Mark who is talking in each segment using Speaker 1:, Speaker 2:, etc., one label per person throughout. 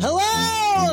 Speaker 1: Hello,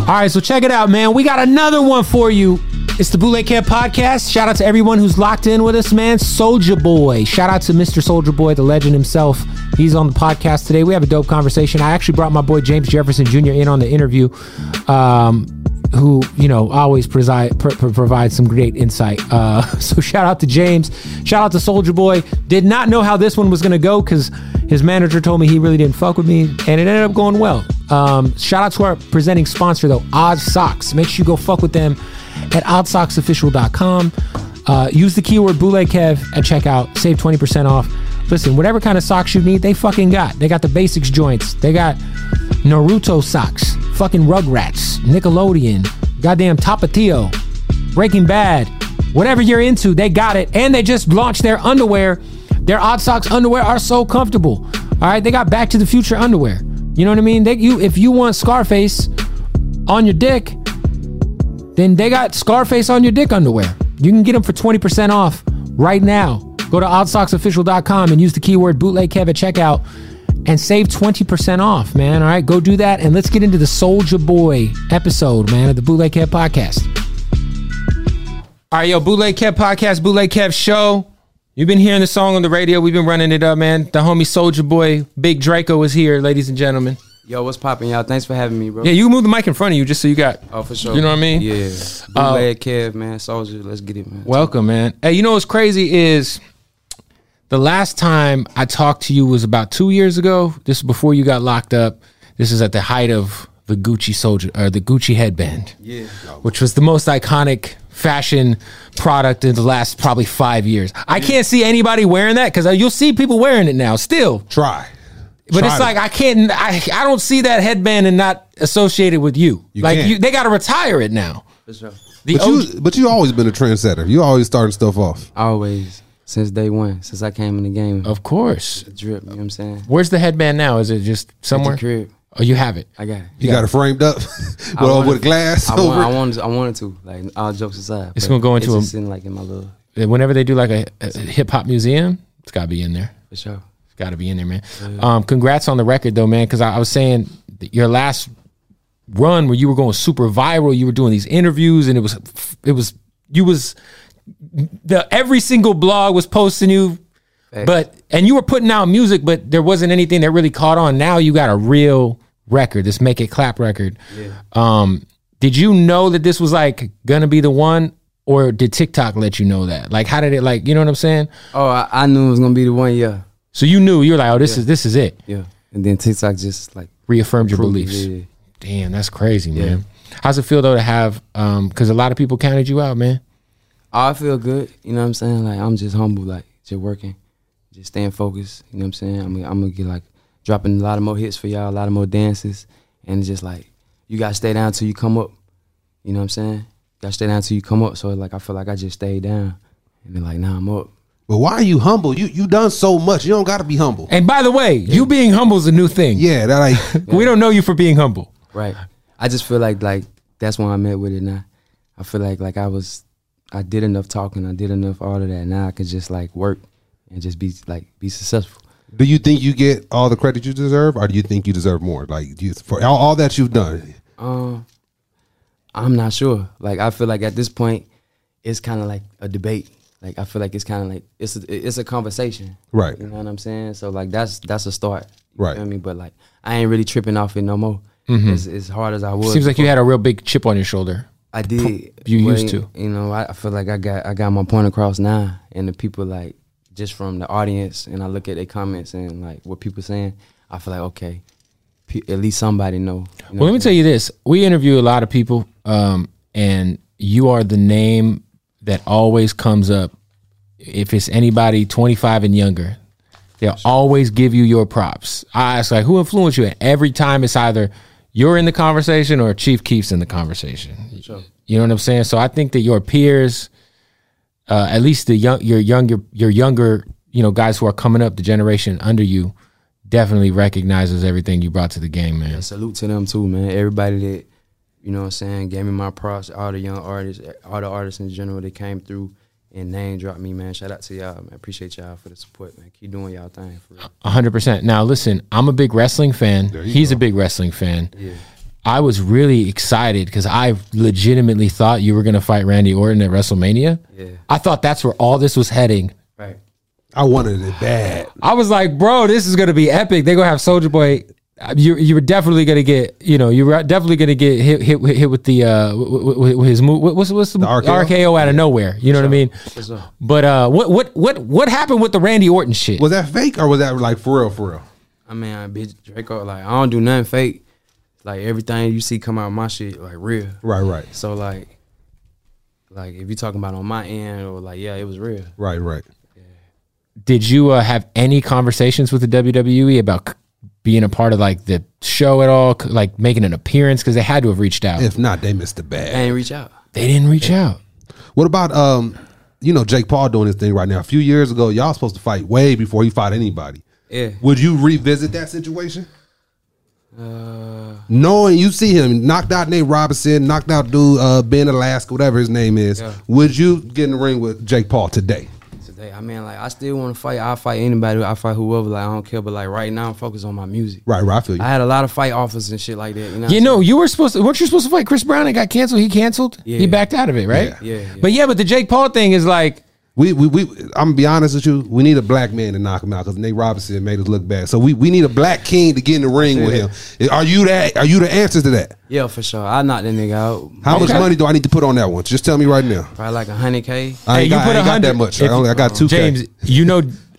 Speaker 2: All right, so check it out, man. We got another one for you. It's the Bootleg Camp Podcast. Shout out to everyone who's locked in with us, man. Soldier Boy. Shout out to Mr. Soldier Boy, the legend himself. He's on the podcast today. We have a dope conversation. I actually brought my boy James Jefferson Jr. in on the interview, um, who you know always preside, pr- pr- provides some great insight. Uh, so shout out to James. Shout out to Soldier Boy. Did not know how this one was gonna go because his manager told me he really didn't fuck with me, and it ended up going well. Um, shout out to our presenting sponsor though, Odd Socks. Make sure you go fuck with them at oddsocksofficial.com. Uh, use the keyword Boule Kev at checkout. Save 20% off. Listen, whatever kind of socks you need, they fucking got. They got the basics joints. They got Naruto socks, fucking Rugrats, Nickelodeon, goddamn Tapatio, Breaking Bad, whatever you're into, they got it. And they just launched their underwear. Their odd socks underwear are so comfortable. All right, they got Back to the Future underwear. You know what I mean? They, you, if you want Scarface on your dick, then they got Scarface on your dick underwear. You can get them for 20% off right now. Go to oddsocksofficial.com and use the keyword bootleg Kev at checkout and save 20% off, man. All right, go do that. And let's get into the Soldier Boy episode, man, of the Bootleg Kev podcast. All right, yo, Bootleg Kev podcast, Bootleg Kev show. You've been hearing the song on the radio. We've been running it up, man. The homie Soldier Boy, Big Draco is here, ladies and gentlemen.
Speaker 3: Yo, what's popping, y'all? Thanks for having me, bro.
Speaker 2: Yeah, you can move the mic in front of you just so you got.
Speaker 3: oh, for sure.
Speaker 2: You know what I mean?
Speaker 3: Yeah.
Speaker 2: Uh,
Speaker 3: Bootleg Kev, man. Soldier, let's get it, man.
Speaker 2: Welcome, man. Hey, you know what's crazy is the last time I talked to you was about two years ago. This is before you got locked up. This is at the height of the Gucci soldier or the Gucci headband,
Speaker 3: Yeah.
Speaker 2: which was the most iconic fashion product in the last probably five years. I can't see anybody wearing that because you'll see people wearing it now still.
Speaker 4: Try.
Speaker 2: But
Speaker 4: Try
Speaker 2: it's
Speaker 4: it.
Speaker 2: like I can't. I I don't see that headband and not associated with you.
Speaker 4: You
Speaker 2: like
Speaker 4: can't.
Speaker 2: you, they got to retire it now.
Speaker 3: For sure.
Speaker 2: The
Speaker 4: but you, but you always been a trendsetter. You always starting stuff off.
Speaker 3: Always. Since day one, since I came in the game.
Speaker 2: OG of course.
Speaker 3: Drip, you know what I'm saying?
Speaker 2: Where's the headband now? Is it just somewhere?
Speaker 3: At the crib.
Speaker 2: Oh, you have it.
Speaker 3: I got it.
Speaker 4: You got it framed up with,
Speaker 3: I wanted-
Speaker 4: with glass
Speaker 3: I,
Speaker 4: over.
Speaker 3: want,
Speaker 4: it.
Speaker 3: I, wanted, I wanted to. Like, all jokes aside.
Speaker 2: It's
Speaker 3: but
Speaker 2: gonna go into
Speaker 3: it's
Speaker 2: a-
Speaker 3: just in, like, in my little.
Speaker 2: Uh, Whenever they do like a, a hip hop museum, it's got to be in there.
Speaker 3: For sure.
Speaker 2: It's got to be in there, man. Um, congrats on the record though, man. Because I, I was saying that your last run where you were going super viral, you were doing these interviews, and it was it was you was the every single blog was posting you. But and you were putting out music, but there wasn't anything that really caught on. Now you got a real record, this "Make It Clap" record. Um, Did you know that this was like gonna be the one, or did TikTok let you know that? Like, how did it like? You know what I'm saying?
Speaker 5: Oh, I, I knew it was gonna be the one. Yeah.
Speaker 2: So you knew you were like, oh, this is this is it.
Speaker 5: Yeah. And then TikTok just like
Speaker 2: Reaffirmed your
Speaker 5: proved it,
Speaker 2: beliefs.
Speaker 5: yeah.
Speaker 2: Damn, that's crazy, man. How's it feel though to have? Um, because a lot of people counted you out, man.
Speaker 5: Oh, I feel good. You know what I'm saying? Like I'm just humble. Like just working, just staying focused. You know what I'm saying? I'm, I'm gonna get like dropping a lot of more hits for y'all, a lot of more dances, and it's just like you gotta stay down till you come up. You know what I'm saying? You gotta stay down till you come up. So like I feel like I just stayed down, and then like now I'm up.
Speaker 6: But why are you humble? You you done so much. You don't got to be humble.
Speaker 2: And by the way, you being humble is a new thing.
Speaker 6: Yeah, that like
Speaker 2: We don't know you for being humble.
Speaker 5: Right. I just feel like like that's when I met with it now. I feel like like I was I did enough talking, I did enough all of that. Now I could just like work and just be like be successful.
Speaker 6: Do you think you get all the credit you deserve, or do you think you deserve more? Like do you, for all, all that you've done.
Speaker 5: Um I'm not sure. Like I feel like at this point it's kind of like a debate. Like I feel like it's kind of like it's a, it's a conversation.
Speaker 6: Right.
Speaker 5: You know what I'm saying? So like that's that's a start. You
Speaker 6: Right. Mm-hmm.
Speaker 5: feel me? But like I ain't really tripping off it no more.
Speaker 2: Mhm.
Speaker 5: As, as hard as I was.
Speaker 2: Seems like you
Speaker 5: before.
Speaker 2: had a real big chip on your shoulder.
Speaker 5: I did.
Speaker 2: You
Speaker 5: Well,
Speaker 2: used to.
Speaker 5: You know, I I feel like I got I got my point across now, and the people like just from the audience, and I look at their comments and like what people saying. I feel like okay, pe- at least somebody know. you know
Speaker 2: Well, let me tell you this. We interview a lot of people, um, and you are the name that always comes up. If it's anybody 25 and younger, they'll always give you your props. I ask, like, who influenced you? And every time it's either you're in the conversation or Chief Keef's in the conversation.
Speaker 5: Sure.
Speaker 2: You know what I'm saying? So I think that your peers, uh, at least the young, your younger, your younger, you know, guys who are coming up, the generation under you, definitely recognizes everything you brought to the game, man.
Speaker 5: salute to them too, man. Everybody that you know what I'm saying gave me my props. All the young artists, all the artists in general that came through and name dropped me, man. Shout out to y'all, man. Appreciate y'all for the support, man. Keep doing y'all thing for real.
Speaker 2: A hundred percent. Now listen, I'm a big wrestling fan. He's a big wrestling fan. I was really excited because I legitimately thought you were going to fight Randy Orton at WrestleMania.
Speaker 5: Yeah.
Speaker 2: I thought that's where all this was heading.
Speaker 5: Right.
Speaker 6: I wanted it bad.
Speaker 2: I was like, bro, this is going to be epic. They're going to have Soldier Boy. Uh, You you were definitely going to get you know you were definitely going to get hit hit hit with the uh w- w- with his move. What's what's the,
Speaker 6: RKO?
Speaker 2: RKO? out of nowhere? You know what I mean?
Speaker 5: What's up?
Speaker 2: But uh, what what what what happened with the Randy Orton shit?
Speaker 6: Was that fake or was that like for real? For real.
Speaker 5: I mean, I bitch Draco. Like I don't do nothing fake. Like everything you see come out of my shit, like real.
Speaker 6: Right. Right.
Speaker 5: So like, like if you talking about on my end or like, yeah, it was real.
Speaker 6: Right. Right.
Speaker 2: did you uh, have any conversations with the WWE about c- being a part of like the show at all, C- like making an appearance? Because they had to have reached out.
Speaker 6: If not, they missed the
Speaker 5: I
Speaker 6: bag.
Speaker 5: ain't reach out.
Speaker 2: they didn't reach out.
Speaker 6: What about um, you know, Jake Paul doing his thing right now. A few years ago, y'all supposed to fight way before he fought anybody.
Speaker 5: Yeah.
Speaker 6: Would you revisit that situation?
Speaker 5: Uh,
Speaker 6: Knowing you see him knocked out Nate Robinson, knocked out dude uh, Ben Alaska, whatever his name is,
Speaker 5: Yeah.
Speaker 6: would you get in the ring with Jake Paul today?
Speaker 5: today, I mean, like I still want to fight. I will fight anybody. I fight whoever. Like I don't care. But like right now, I'm focused on my music.
Speaker 6: Right, right. I feel you.
Speaker 5: I had a lot of fight offers and shit like that. You know. what
Speaker 2: You
Speaker 5: I'm
Speaker 2: know, you were supposed to, weren't you supposed to fight Chris Brown? It got canceled. He canceled. He
Speaker 5: Yeah.
Speaker 2: backed out of it, right?
Speaker 5: Yeah, yeah.
Speaker 2: But yeah, but the Jake Paul thing is like,
Speaker 6: we, we we I'm gonna be honest with you. We need a black man to knock him out because Nate Robinson made us look bad. So we, we need a black king to get in the ring with him. Are you that? Are you the answer to that?
Speaker 5: saying? Yeah, for sure. I knocked that nigga out.
Speaker 6: How
Speaker 2: Okay.
Speaker 6: much money do I need to put on that one? Just tell me right now.
Speaker 5: Probably like hundred k.
Speaker 6: I
Speaker 2: Hey,
Speaker 6: ain't,
Speaker 2: you
Speaker 6: got,
Speaker 2: put
Speaker 6: I ain't got
Speaker 2: 100
Speaker 6: that much. I
Speaker 2: if-
Speaker 6: only I got two
Speaker 2: James, you know,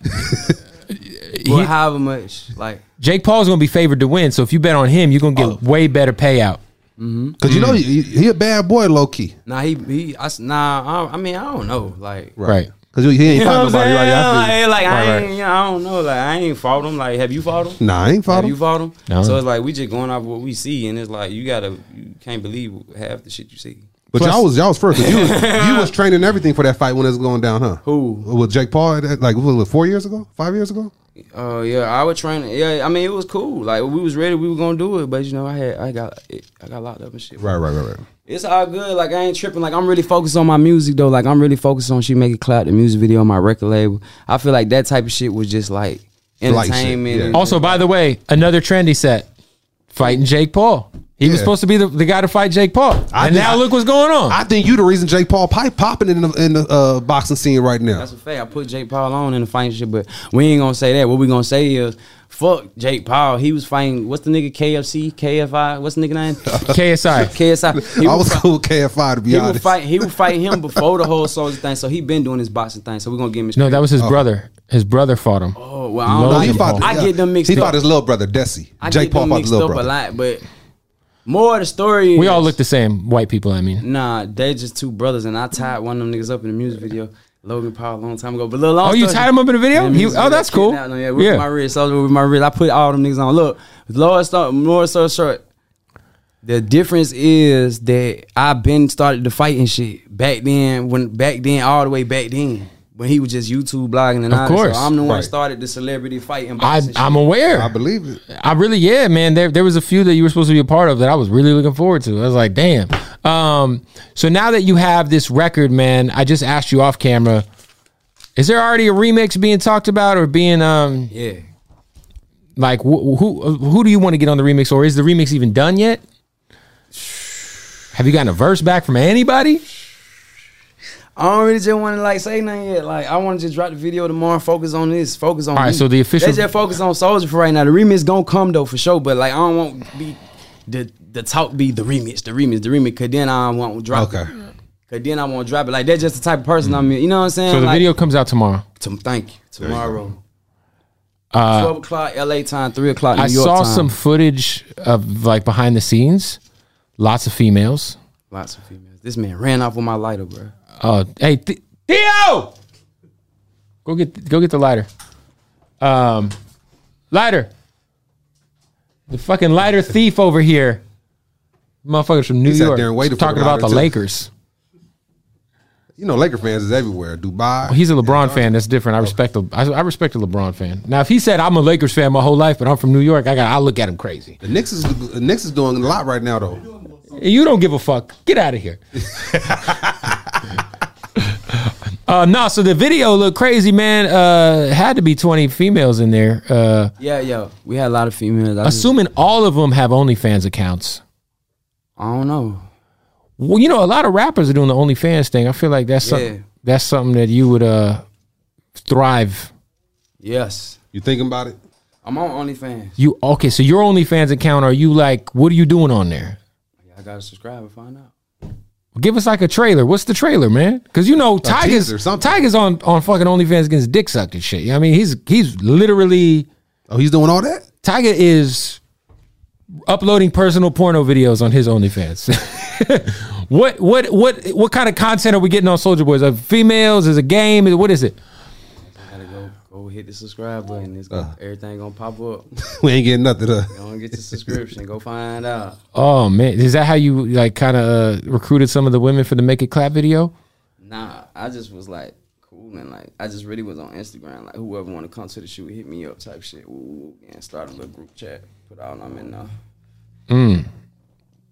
Speaker 5: Well,
Speaker 2: he-
Speaker 5: however much. Like Oh.
Speaker 2: Jake Paul's going to be favored to win. So if you bet on him, you're going to get way better payout.
Speaker 6: because you
Speaker 5: mm.
Speaker 6: know he, he a bad boy, low key.
Speaker 5: nah, he he. I s nah, I, I mean, I don't know. Like
Speaker 2: Right.
Speaker 6: Because he ain't
Speaker 5: You know
Speaker 6: fighting
Speaker 5: what
Speaker 6: nobody
Speaker 5: I'm saying?
Speaker 6: right now.
Speaker 5: Like, like, I,
Speaker 2: Right,
Speaker 5: ain't, I don't know. Like I ain't fought him. Like have you fought him?
Speaker 6: Nah, I ain't
Speaker 5: Have
Speaker 6: fighting.
Speaker 5: you fought him?
Speaker 2: No.
Speaker 5: So it's like we just going off what we see, and it's like you gotta, you can't believe half the shit you see.
Speaker 6: But
Speaker 2: Plus-
Speaker 6: y'all was y'all was first. 'cause You was, you was training everything for that fight when it was going down, huh?
Speaker 5: Who?
Speaker 6: with Jake Paul? that- Like what was it, four years ago, five years ago?
Speaker 5: Oh yeah, I was training. Yeah, I mean it was cool. Like we was ready, we were gonna do it, but you know I had, I got, I got locked up and shit.
Speaker 6: Right, right, right, right.
Speaker 5: It's all good. Like I ain't tripping. Like I'm really focused on my music though. Like I'm really focused on she make it clout, the music video, my record label. I feel like that type of shit was just like
Speaker 6: Light shit,
Speaker 5: entertainment.
Speaker 6: yeah.
Speaker 5: and-
Speaker 2: Also, by the way, another trendy set fighting Jake Paul. He was
Speaker 6: Yeah.
Speaker 2: supposed to be the, the guy to fight Jake Paul,
Speaker 6: I think-
Speaker 2: and now look what's going on.
Speaker 6: I think you the reason Jake Paul pipe popping in the in the uh, boxing scene right now.
Speaker 5: That's a fact. I put Jake Paul on in the fighting shit, but we ain't gonna say that. What we gonna say is
Speaker 2: Fuck Jake Paul. He was fighting. What's the nigga KFC? KFI? What's the nigga name?
Speaker 5: KSI.
Speaker 2: KSI.
Speaker 4: I was cool with KFI to be
Speaker 2: he
Speaker 4: honest.
Speaker 2: would fight. He would fight him before the whole soldier thing. So he been doing his boxing thing. So we are gonna give him. His
Speaker 5: No, that was his
Speaker 2: credit.
Speaker 5: brother. His brother fought him.
Speaker 2: Oh, well, I don't know.
Speaker 4: Oh. he
Speaker 5: Logan
Speaker 4: fought.
Speaker 5: Paul.
Speaker 2: I get them mixed
Speaker 4: He
Speaker 2: up.
Speaker 4: fought his little brother Desi.
Speaker 2: I
Speaker 4: Jake
Speaker 2: get
Speaker 4: Paul
Speaker 2: them
Speaker 4: fought
Speaker 2: mixed
Speaker 4: his little
Speaker 2: up
Speaker 4: brother.
Speaker 2: a lot, but more of the story.
Speaker 5: We all
Speaker 2: is-
Speaker 5: look the same. White people, I mean.
Speaker 2: Nah, they just two brothers, and I tied one of them niggas up in the music video. Logan Paul a long time ago, but little long.
Speaker 5: Oh, you
Speaker 2: story-
Speaker 5: tied him up in the video?
Speaker 2: Yeah,
Speaker 5: He-
Speaker 2: music
Speaker 5: oh,
Speaker 2: video,
Speaker 5: that's cool.
Speaker 2: kidnapped him, Yeah, with
Speaker 5: Yeah.
Speaker 2: my wrist, I was with my wrist. I put all them niggas on. Look, lower story, more so short. The difference is that I've been started to fight and shit back then. When back then, all the way back then, when he was just YouTube blogging
Speaker 5: Of
Speaker 2: and all that. So
Speaker 5: course.
Speaker 2: I'm the one
Speaker 4: Right.
Speaker 2: started the celebrity fight and
Speaker 5: I,
Speaker 2: boxing. shit.
Speaker 5: I'm aware.
Speaker 4: I believe it.
Speaker 5: I really, yeah, man. There, there was a few that you were supposed to be a part of that I was really looking forward to. I was like, damn. Um, so now that you have this record, man, I just asked you off camera. Is there already a remix being talked about or being um
Speaker 2: yeah.
Speaker 5: like wh- who who do you want to get on the remix or is the remix even done yet? Have you gotten a verse back from anybody?
Speaker 2: I don't really just want to like say nothing yet. Like I want to just drop the video tomorrow. and Focus on this. Focus on.
Speaker 5: All right,
Speaker 2: me.
Speaker 5: so the official-
Speaker 2: Let's just focus on Soldier for right now. The remix gonna come though for sure. But like I don't want be the the talk be the remix, the remix, the remix. Cause then I won't drop.
Speaker 4: Okay.
Speaker 2: It. Cause then I won't drop it. Like that's just the type of person I'm. You know what I'm saying?
Speaker 5: So the
Speaker 2: like,
Speaker 5: video comes out tomorrow.
Speaker 2: To, thank you. Tomorrow.
Speaker 5: Uh,
Speaker 2: Twelve o'clock LA time. Three o'clock New
Speaker 5: I
Speaker 2: York
Speaker 5: saw
Speaker 2: time.
Speaker 5: some footage of like behind the scenes. Lots of females.
Speaker 2: Lots of females. This man ran off with my lighter, bro.
Speaker 5: Oh, hey, Th- Theo, go get go get the lighter. Um, lighter. The fucking lighter thief over here. Motherfuckers from New
Speaker 4: He sat
Speaker 5: York
Speaker 4: there and waited for the
Speaker 5: talking about the
Speaker 4: lighter, too.
Speaker 5: Lakers.
Speaker 4: You know, Laker fans is everywhere. Dubai.
Speaker 5: He's a LeBron fan. That's different. I respect the I, I respect a LeBron fan. Now, if he said I'm a Lakers fan my whole life, but I'm from New York, I got I look at him crazy.
Speaker 4: the Knicks is the Knicks is doing a lot right now though.
Speaker 5: You don't give a fuck. Get out of here. uh, no, so the video looked crazy, man. Uh, had to be 20 females in there. Uh,
Speaker 2: Yeah, yeah. We had a lot of females. I, just,
Speaker 5: assuming all of them have OnlyFans accounts.
Speaker 2: I don't know.
Speaker 5: Well, you know, a lot of rappers are doing the OnlyFans thing. I feel like that's some-
Speaker 2: Yeah.
Speaker 5: that's something that you would uh, thrive.
Speaker 2: Yes,
Speaker 4: You thinking about it?
Speaker 2: I'm on OnlyFans.
Speaker 5: You okay? So your OnlyFans account? Are you like? What are you doing on there?
Speaker 2: I gotta subscribe and find out.
Speaker 5: Give us like a trailer. What's the trailer, man? Because you know Tiger's
Speaker 4: teaser, something.
Speaker 5: Tiger's on on fucking OnlyFans against dick sucking shit. You know what I mean, he's he's literally
Speaker 4: Oh, he's doing all that?
Speaker 5: Tiger is uploading personal porno videos on his OnlyFans. what what what what kind of content are we getting on Soldier Boys? Are females? Is it a game? Is- What is it?
Speaker 2: I gotta go go hit the subscribe button. It's gonna, everything gonna pop up.
Speaker 4: Uh. We ain't getting nothing. Uh,
Speaker 2: Don't get the subscription. Go find out.
Speaker 5: Oh man, is that how you like kind of uh, recruited some of the women for the Make It Clap video?
Speaker 2: Nah, I just was like cool and like I just really was on Instagram. Like whoever want to come to the shoot, hit me up type shit. Ooh, and start a little group chat. Put all I'm in uh, there.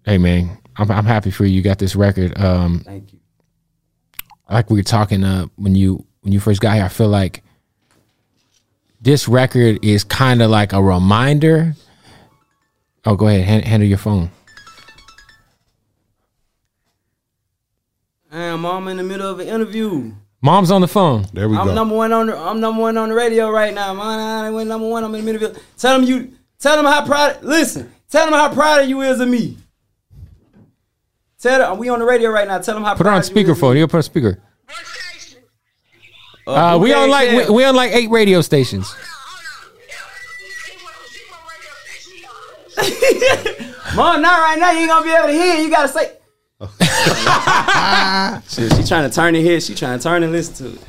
Speaker 5: Hey man, I'm I'm happy for you. You got this record. Um,
Speaker 2: Thank you.
Speaker 5: like we were talking uh when you when you first got here, I feel like this record is kind of like a reminder. Oh, go ahead, hand, handle your phone.
Speaker 2: Damn, mom, I'm in the middle of an interview.
Speaker 5: Mom's on the phone.
Speaker 4: there we
Speaker 2: I'm
Speaker 4: go.
Speaker 2: number one on the I'm number one on the radio right now. Man, I went number one. I'm in the middle. of- Tell them you. Tell them how proud. Listen. Tell them how proud you is of me. Tell them we on the radio right now. Tell them how.
Speaker 5: Put her
Speaker 2: proud
Speaker 5: on
Speaker 2: you is of me.
Speaker 5: speakerphone. You put her on speaker.
Speaker 7: What station?
Speaker 5: Uh, we
Speaker 2: Bouquet
Speaker 5: on like
Speaker 2: Cam.
Speaker 5: we, we on like eight radio stations.
Speaker 7: No, hold on. Yeah, she won't- she won't wake up. She-
Speaker 2: Mom, not right now. You ain't gonna be able to hear. You gotta say. Shit, she trying to turn it here. She trying to turn and listen to it.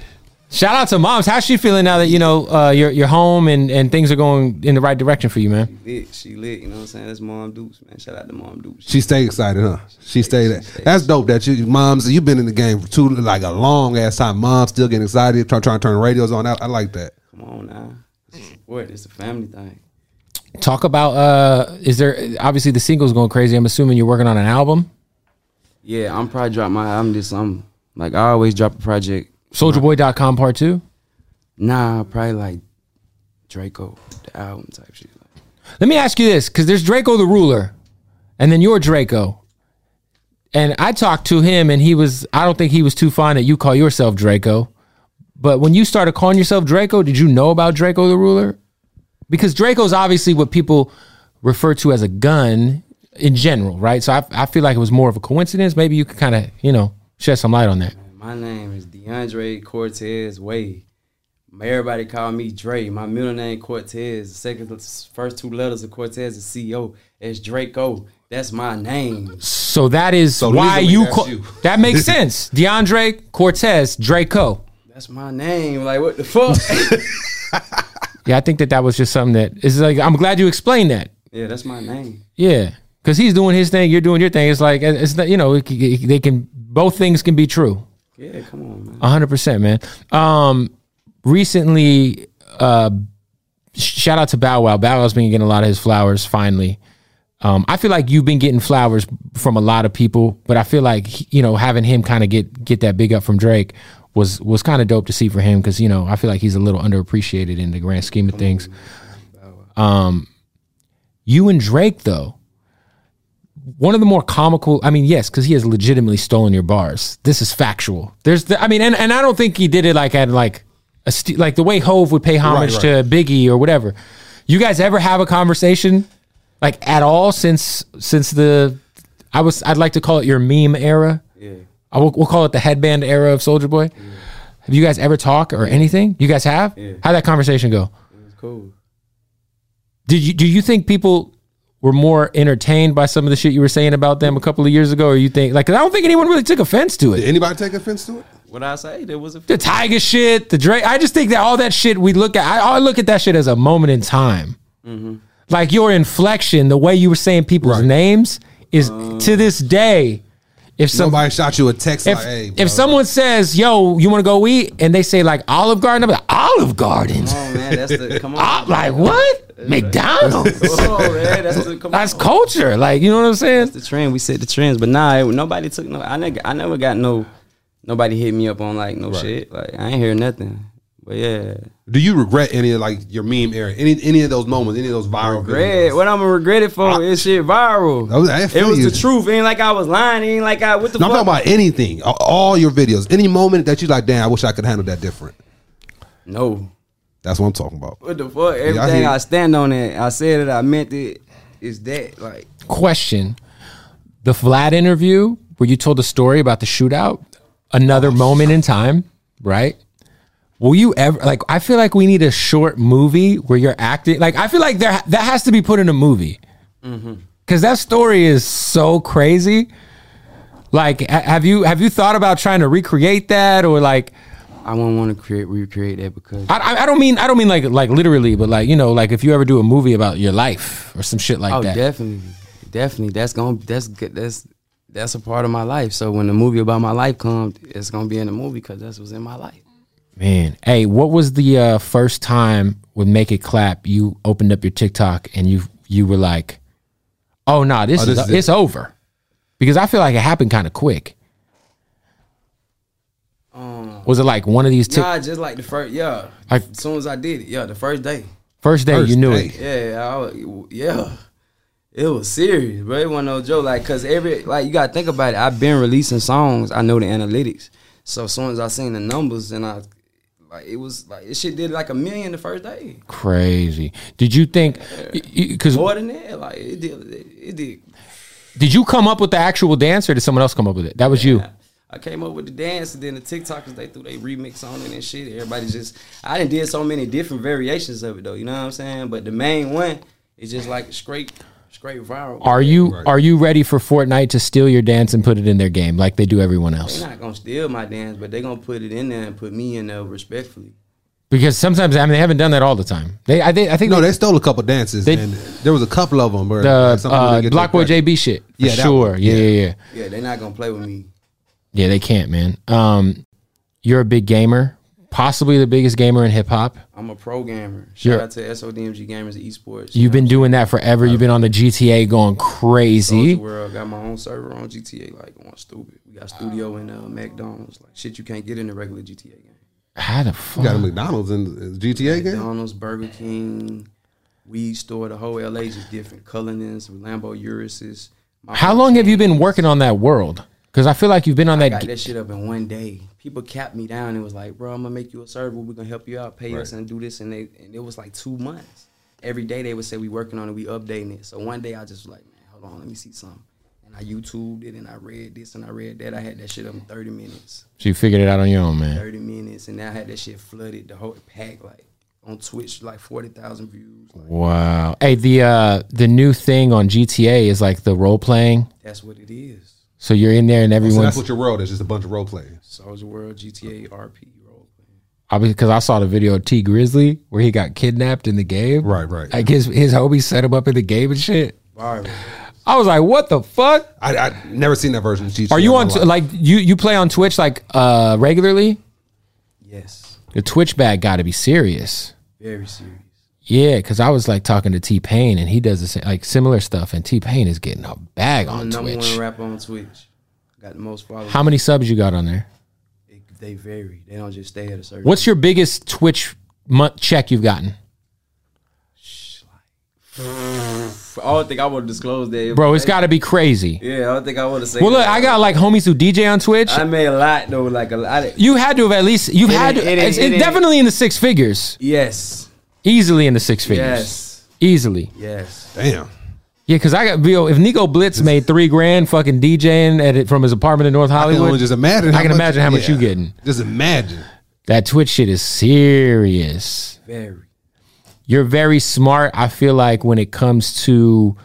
Speaker 5: Shout out to moms. How's she feeling now that you know uh, you're you're home and and things are going in the right direction for you, man?
Speaker 2: Lit, she lit. You know what I'm saying? That's Mom Dukes, man. Shout out to Mom Dukes.
Speaker 4: She stayed excited, huh? She stayed. That's dope. That you, moms, you've been in the game for too like a long ass time. Mom still getting excited, trying trying to turn radios on. I, I like that.
Speaker 2: Come on now. It's support. It's a family thing.
Speaker 5: Talk about uh, is there obviously the single's going crazy. I'm assuming you're working on an album.
Speaker 2: Yeah, I'm probably drop my album this summer. Like I always drop a project.
Speaker 5: Soldierboy.com part two.
Speaker 2: Nah, probably like Draco, the album type shit.
Speaker 5: Let me ask you this, because there's Draco the Ruler, and then you're Draco. And I talked to him, and he was, I don't think he was too fond that you call yourself Draco. But when you started calling yourself Draco, did you know about Draco the Ruler? because Draco's obviously what people refer to as a gun in general, right? So I, I feel like it was more of a coincidence. Maybe you could kind of, you know, shed some light on that.
Speaker 2: My name is DeAndre Cortez Wade. My- Everybody call me Dre. My middle name Cortez. The second, first two letters of Cortez is CO. It's Draco. That's my name.
Speaker 5: So that is
Speaker 2: So
Speaker 5: why
Speaker 2: legally,
Speaker 5: you,
Speaker 2: that's
Speaker 5: co-
Speaker 2: you.
Speaker 5: that makes sense. DeAndre Cortez Draco.
Speaker 2: That's my name. Like what the fuck?
Speaker 5: Yeah, I think that that was just something that is like I'm glad you explained that.
Speaker 2: yeah, that's my name.
Speaker 5: Yeah, because he's doing his thing, you're doing your thing. It's like it's not, you know it, c- it- they can both things can be true.
Speaker 2: Yeah, come on, man.
Speaker 5: A hundred percent, man. Um, recently, uh, sh- shout out to Bow Wow. Bow Wow's been getting a lot of his flowers finally. Um, I feel like you've been getting flowers from a lot of people, but I feel like he- you know having him kind of get get that big up from Drake was was kind of dope to see for him because you know I feel like he's a little underappreciated in the grand scheme of things. Um, you and Drake though, one of the more comical i mean yes because he has legitimately stolen your bars this is factual there's the, i mean and, and i don't think he did it like at like a st- like the way hove would pay homage
Speaker 8: Right, right.
Speaker 5: to biggie or whatever you guys ever have a conversation like at all since since the i was i'd like to call it your meme era
Speaker 2: Yeah.
Speaker 5: I will, we'll call it the headband era of soldier boy have you guys ever talk or anything you guys have
Speaker 2: Yeah.
Speaker 5: how'd that conversation go
Speaker 2: It's cool.
Speaker 5: did you do you think people were more entertained by some of the shit you were saying about them a couple of years ago, or you think like 'cause I don't think anyone really took offense to it?
Speaker 4: Anybody take offense to it?
Speaker 2: What I say? There was a
Speaker 5: The Tiger shit, the Drake. I just think that all that shit we look at, I, I look at that shit as a moment in time.
Speaker 2: Mhm.
Speaker 5: Like your inflection, the way you were saying people's names is to this day. If somebody
Speaker 4: shot you a text,
Speaker 5: if,
Speaker 4: like, "Hey,
Speaker 5: if someone says, "Yo, you want to go eat," and they say like Olive Garden, I'm like Olive Garden.
Speaker 2: Come on, Oh, man. That's the come on.
Speaker 5: I'm like what? McDonald's.
Speaker 2: Come on, man. That's the
Speaker 5: That's culture. Like you know what I'm saying?
Speaker 2: the trend. We set the trends, but nah, it- nobody took no. I never, I never got no. Nobody hit me up on like no
Speaker 4: Right.
Speaker 2: shit. Like I ain't hear nothing. But yeah,
Speaker 4: Do you regret any of like your meme era? Any any of those moments? Any of those viral? Ah.
Speaker 2: regret. What I'm gonna regret it for is shit viral.
Speaker 4: I was- I
Speaker 2: it
Speaker 4: feel
Speaker 2: was
Speaker 4: you.
Speaker 2: the truth. Ain't like I was lying. Ain't like I what the
Speaker 4: No, I'm
Speaker 2: fuck.
Speaker 4: talking about anything. a- All your videos. Any moment that you like, damn, I wish I could handle that different.
Speaker 2: No.
Speaker 4: That's what I'm talking about.
Speaker 2: what the fuck.
Speaker 4: Yeah, I
Speaker 2: Everything
Speaker 4: hear
Speaker 2: I,
Speaker 4: you.
Speaker 2: stand on it. I said it. I meant it. Is that like
Speaker 5: Question: The Vlad interview, where you told the story about the shootout, another moment in time, right? Will you ever like? I feel like we need a short movie where you're acting. Like I feel like there that has to be put in a movie because that story is so crazy. Like, ha- have you have you thought about trying to recreate that or like?
Speaker 2: I wouldn't want to create recreate that because
Speaker 5: I, I- I don't mean I don't mean like like literally, but like you know like if you ever do a movie about your life or some shit like
Speaker 2: oh
Speaker 5: that.
Speaker 2: definitely, definitely. That's gonna that's good. That's that's a part of my life. So when the movie about my life comes, it's gonna be in the movie because that's what's in my life.
Speaker 5: Man, hey, what was the uh, first time with Make It Clap you opened up your TikTok and you you were like, "Oh no, nah, this,
Speaker 8: Oh,
Speaker 5: is,
Speaker 8: this is it.
Speaker 5: it's over," because I feel like it happened kind of quick.
Speaker 2: Um,
Speaker 5: Was it like one of these tic-
Speaker 2: Nah, just like the first yeah.
Speaker 5: Like-
Speaker 2: as soon as I did it, yeah, the first day.
Speaker 5: first day you knew it?
Speaker 2: Yeah, I, was- yeah. It was serious, bro. It wasn't no joke. Like, cause every like you gotta think about it. I've been releasing songs. I know the analytics. So as soon as I seen the numbers, and I like it was like it shit did like a million the first day.
Speaker 5: Crazy. Did you think? Because
Speaker 2: More than that, like it did. It did.
Speaker 5: did you come up with the actual dance or did someone else come up with it? That was you.
Speaker 2: I came up with the dance, and then the TikTokers they threw they remix on it and shit. Everybody just I done did so many different variations of it though. You know what I'm saying? But the main one is just like straight, straight viral.
Speaker 5: Are you are you ready for Fortnite to steal your dance and put it in their game like they do everyone else?
Speaker 2: They're not gonna steal my dance, but they gonna put it in there and put me in there respectfully.
Speaker 5: Because sometimes I mean they haven't done that all the time. They I, they, I think
Speaker 4: no, they, stole a couple dances. and there was a couple of them. Where
Speaker 5: the
Speaker 4: like, some people
Speaker 5: uh,
Speaker 4: didn't get their
Speaker 5: Blockboy
Speaker 4: credit.
Speaker 5: JB shit. For
Speaker 4: Yeah, that
Speaker 5: sure.
Speaker 4: one.
Speaker 5: Yeah, yeah, yeah.
Speaker 2: Yeah, they're not gonna play with me.
Speaker 5: Yeah, they can't, man. Um, you're a big gamer, possibly the biggest gamer in hip hop.
Speaker 2: I'm a pro gamer. Shout
Speaker 5: You're-
Speaker 2: out to SODMG Gamers and Esports.
Speaker 5: You've been doing that forever. You've been on the GTA going
Speaker 2: Soldier
Speaker 5: crazy.
Speaker 2: World got my own server on GTA, like going stupid. We got studio in uh, McDonald's, like shit you can't get in the regular GTA game.
Speaker 5: How the
Speaker 4: You
Speaker 5: fuck?
Speaker 4: got a McDonald's in the GTA game.
Speaker 2: McDonald's, Burger King, weed store, the whole LA just different. Cullinans, Lambo Urises. My
Speaker 5: How long have you been working on that world? Because I feel like you've been on that.
Speaker 2: I got
Speaker 5: g-
Speaker 2: that shit up in one day. People capped me down and was like, "Bro, I'm gonna make you a server. We're gonna help you out, pay us, and do this." And they, and it was like two months. every day they would say we working on it, we updating it. So one day I just was like, man, hold on, let me see something. And I YouTubed it and I read this and I read that. I had that shit up in 30 minutes.
Speaker 5: So you figured it out on your own, man.
Speaker 2: 30 minutes. And now I had that shit flooded, the whole pack, like on Twitch, like 40,000 views. Like,
Speaker 5: Wow. Hey, the uh the new thing on GTA is like the role playing.
Speaker 2: That's what it is.
Speaker 5: So you're in there and
Speaker 4: Oh, so
Speaker 5: everyone's
Speaker 4: that's what your world is. Just a bunch of role playing.
Speaker 2: Soldier World, GTA, RP.
Speaker 5: because I saw the video of T Grizzly where he got kidnapped in the game.
Speaker 4: Right, right.
Speaker 5: Like his his homies set him up in the game and shit.
Speaker 2: Viral.
Speaker 5: I was like, what the fuck?
Speaker 4: I I never seen that version of GTA.
Speaker 5: Are you
Speaker 4: in
Speaker 5: on
Speaker 4: my
Speaker 5: t-
Speaker 4: life.
Speaker 5: like you you play on Twitch like uh regularly?
Speaker 2: Yes.
Speaker 5: The Twitch bag got to be serious.
Speaker 2: Very serious.
Speaker 5: Yeah, because I was like talking to T Pain and he does the same, like similar stuff, and T Pain is getting a bag
Speaker 2: I'm
Speaker 5: on
Speaker 2: the number
Speaker 5: Twitch.
Speaker 2: one rapper on Twitch. Got the most followers.
Speaker 5: How many subs you got on there?
Speaker 2: They vary. They don't just stay at a certain.
Speaker 5: What's your biggest Twitch month check you've gotten?
Speaker 2: I don't think I would disclose that.
Speaker 5: Bro, it's got to be crazy.
Speaker 2: Yeah, I don't think I would to say.
Speaker 5: Well, look,
Speaker 2: that.
Speaker 5: I got like homies who DJ on Twitch.
Speaker 2: I made a lot though, like a lot. Of,
Speaker 5: You had to have at least you've
Speaker 2: It
Speaker 5: had
Speaker 2: ain't-
Speaker 5: to,
Speaker 2: it ain't-
Speaker 5: it's,
Speaker 2: it
Speaker 5: it
Speaker 2: ain't-
Speaker 5: definitely in the six figures.
Speaker 2: Yes.
Speaker 5: Easily in the six figures.
Speaker 2: Yes.
Speaker 5: Easily.
Speaker 2: Yes.
Speaker 4: Damn.
Speaker 5: Yeah, because I got yo, if Nico Blitz made three grand fucking DJing at it from his apartment in North
Speaker 4: I can
Speaker 5: Hollywood.
Speaker 4: only just imagine.
Speaker 5: I can
Speaker 4: much-
Speaker 5: imagine how much
Speaker 4: yeah.
Speaker 5: you getting.
Speaker 4: Just imagine.
Speaker 5: That Twitch shit is serious.
Speaker 2: Very.
Speaker 5: You're very smart. I feel like when it comes to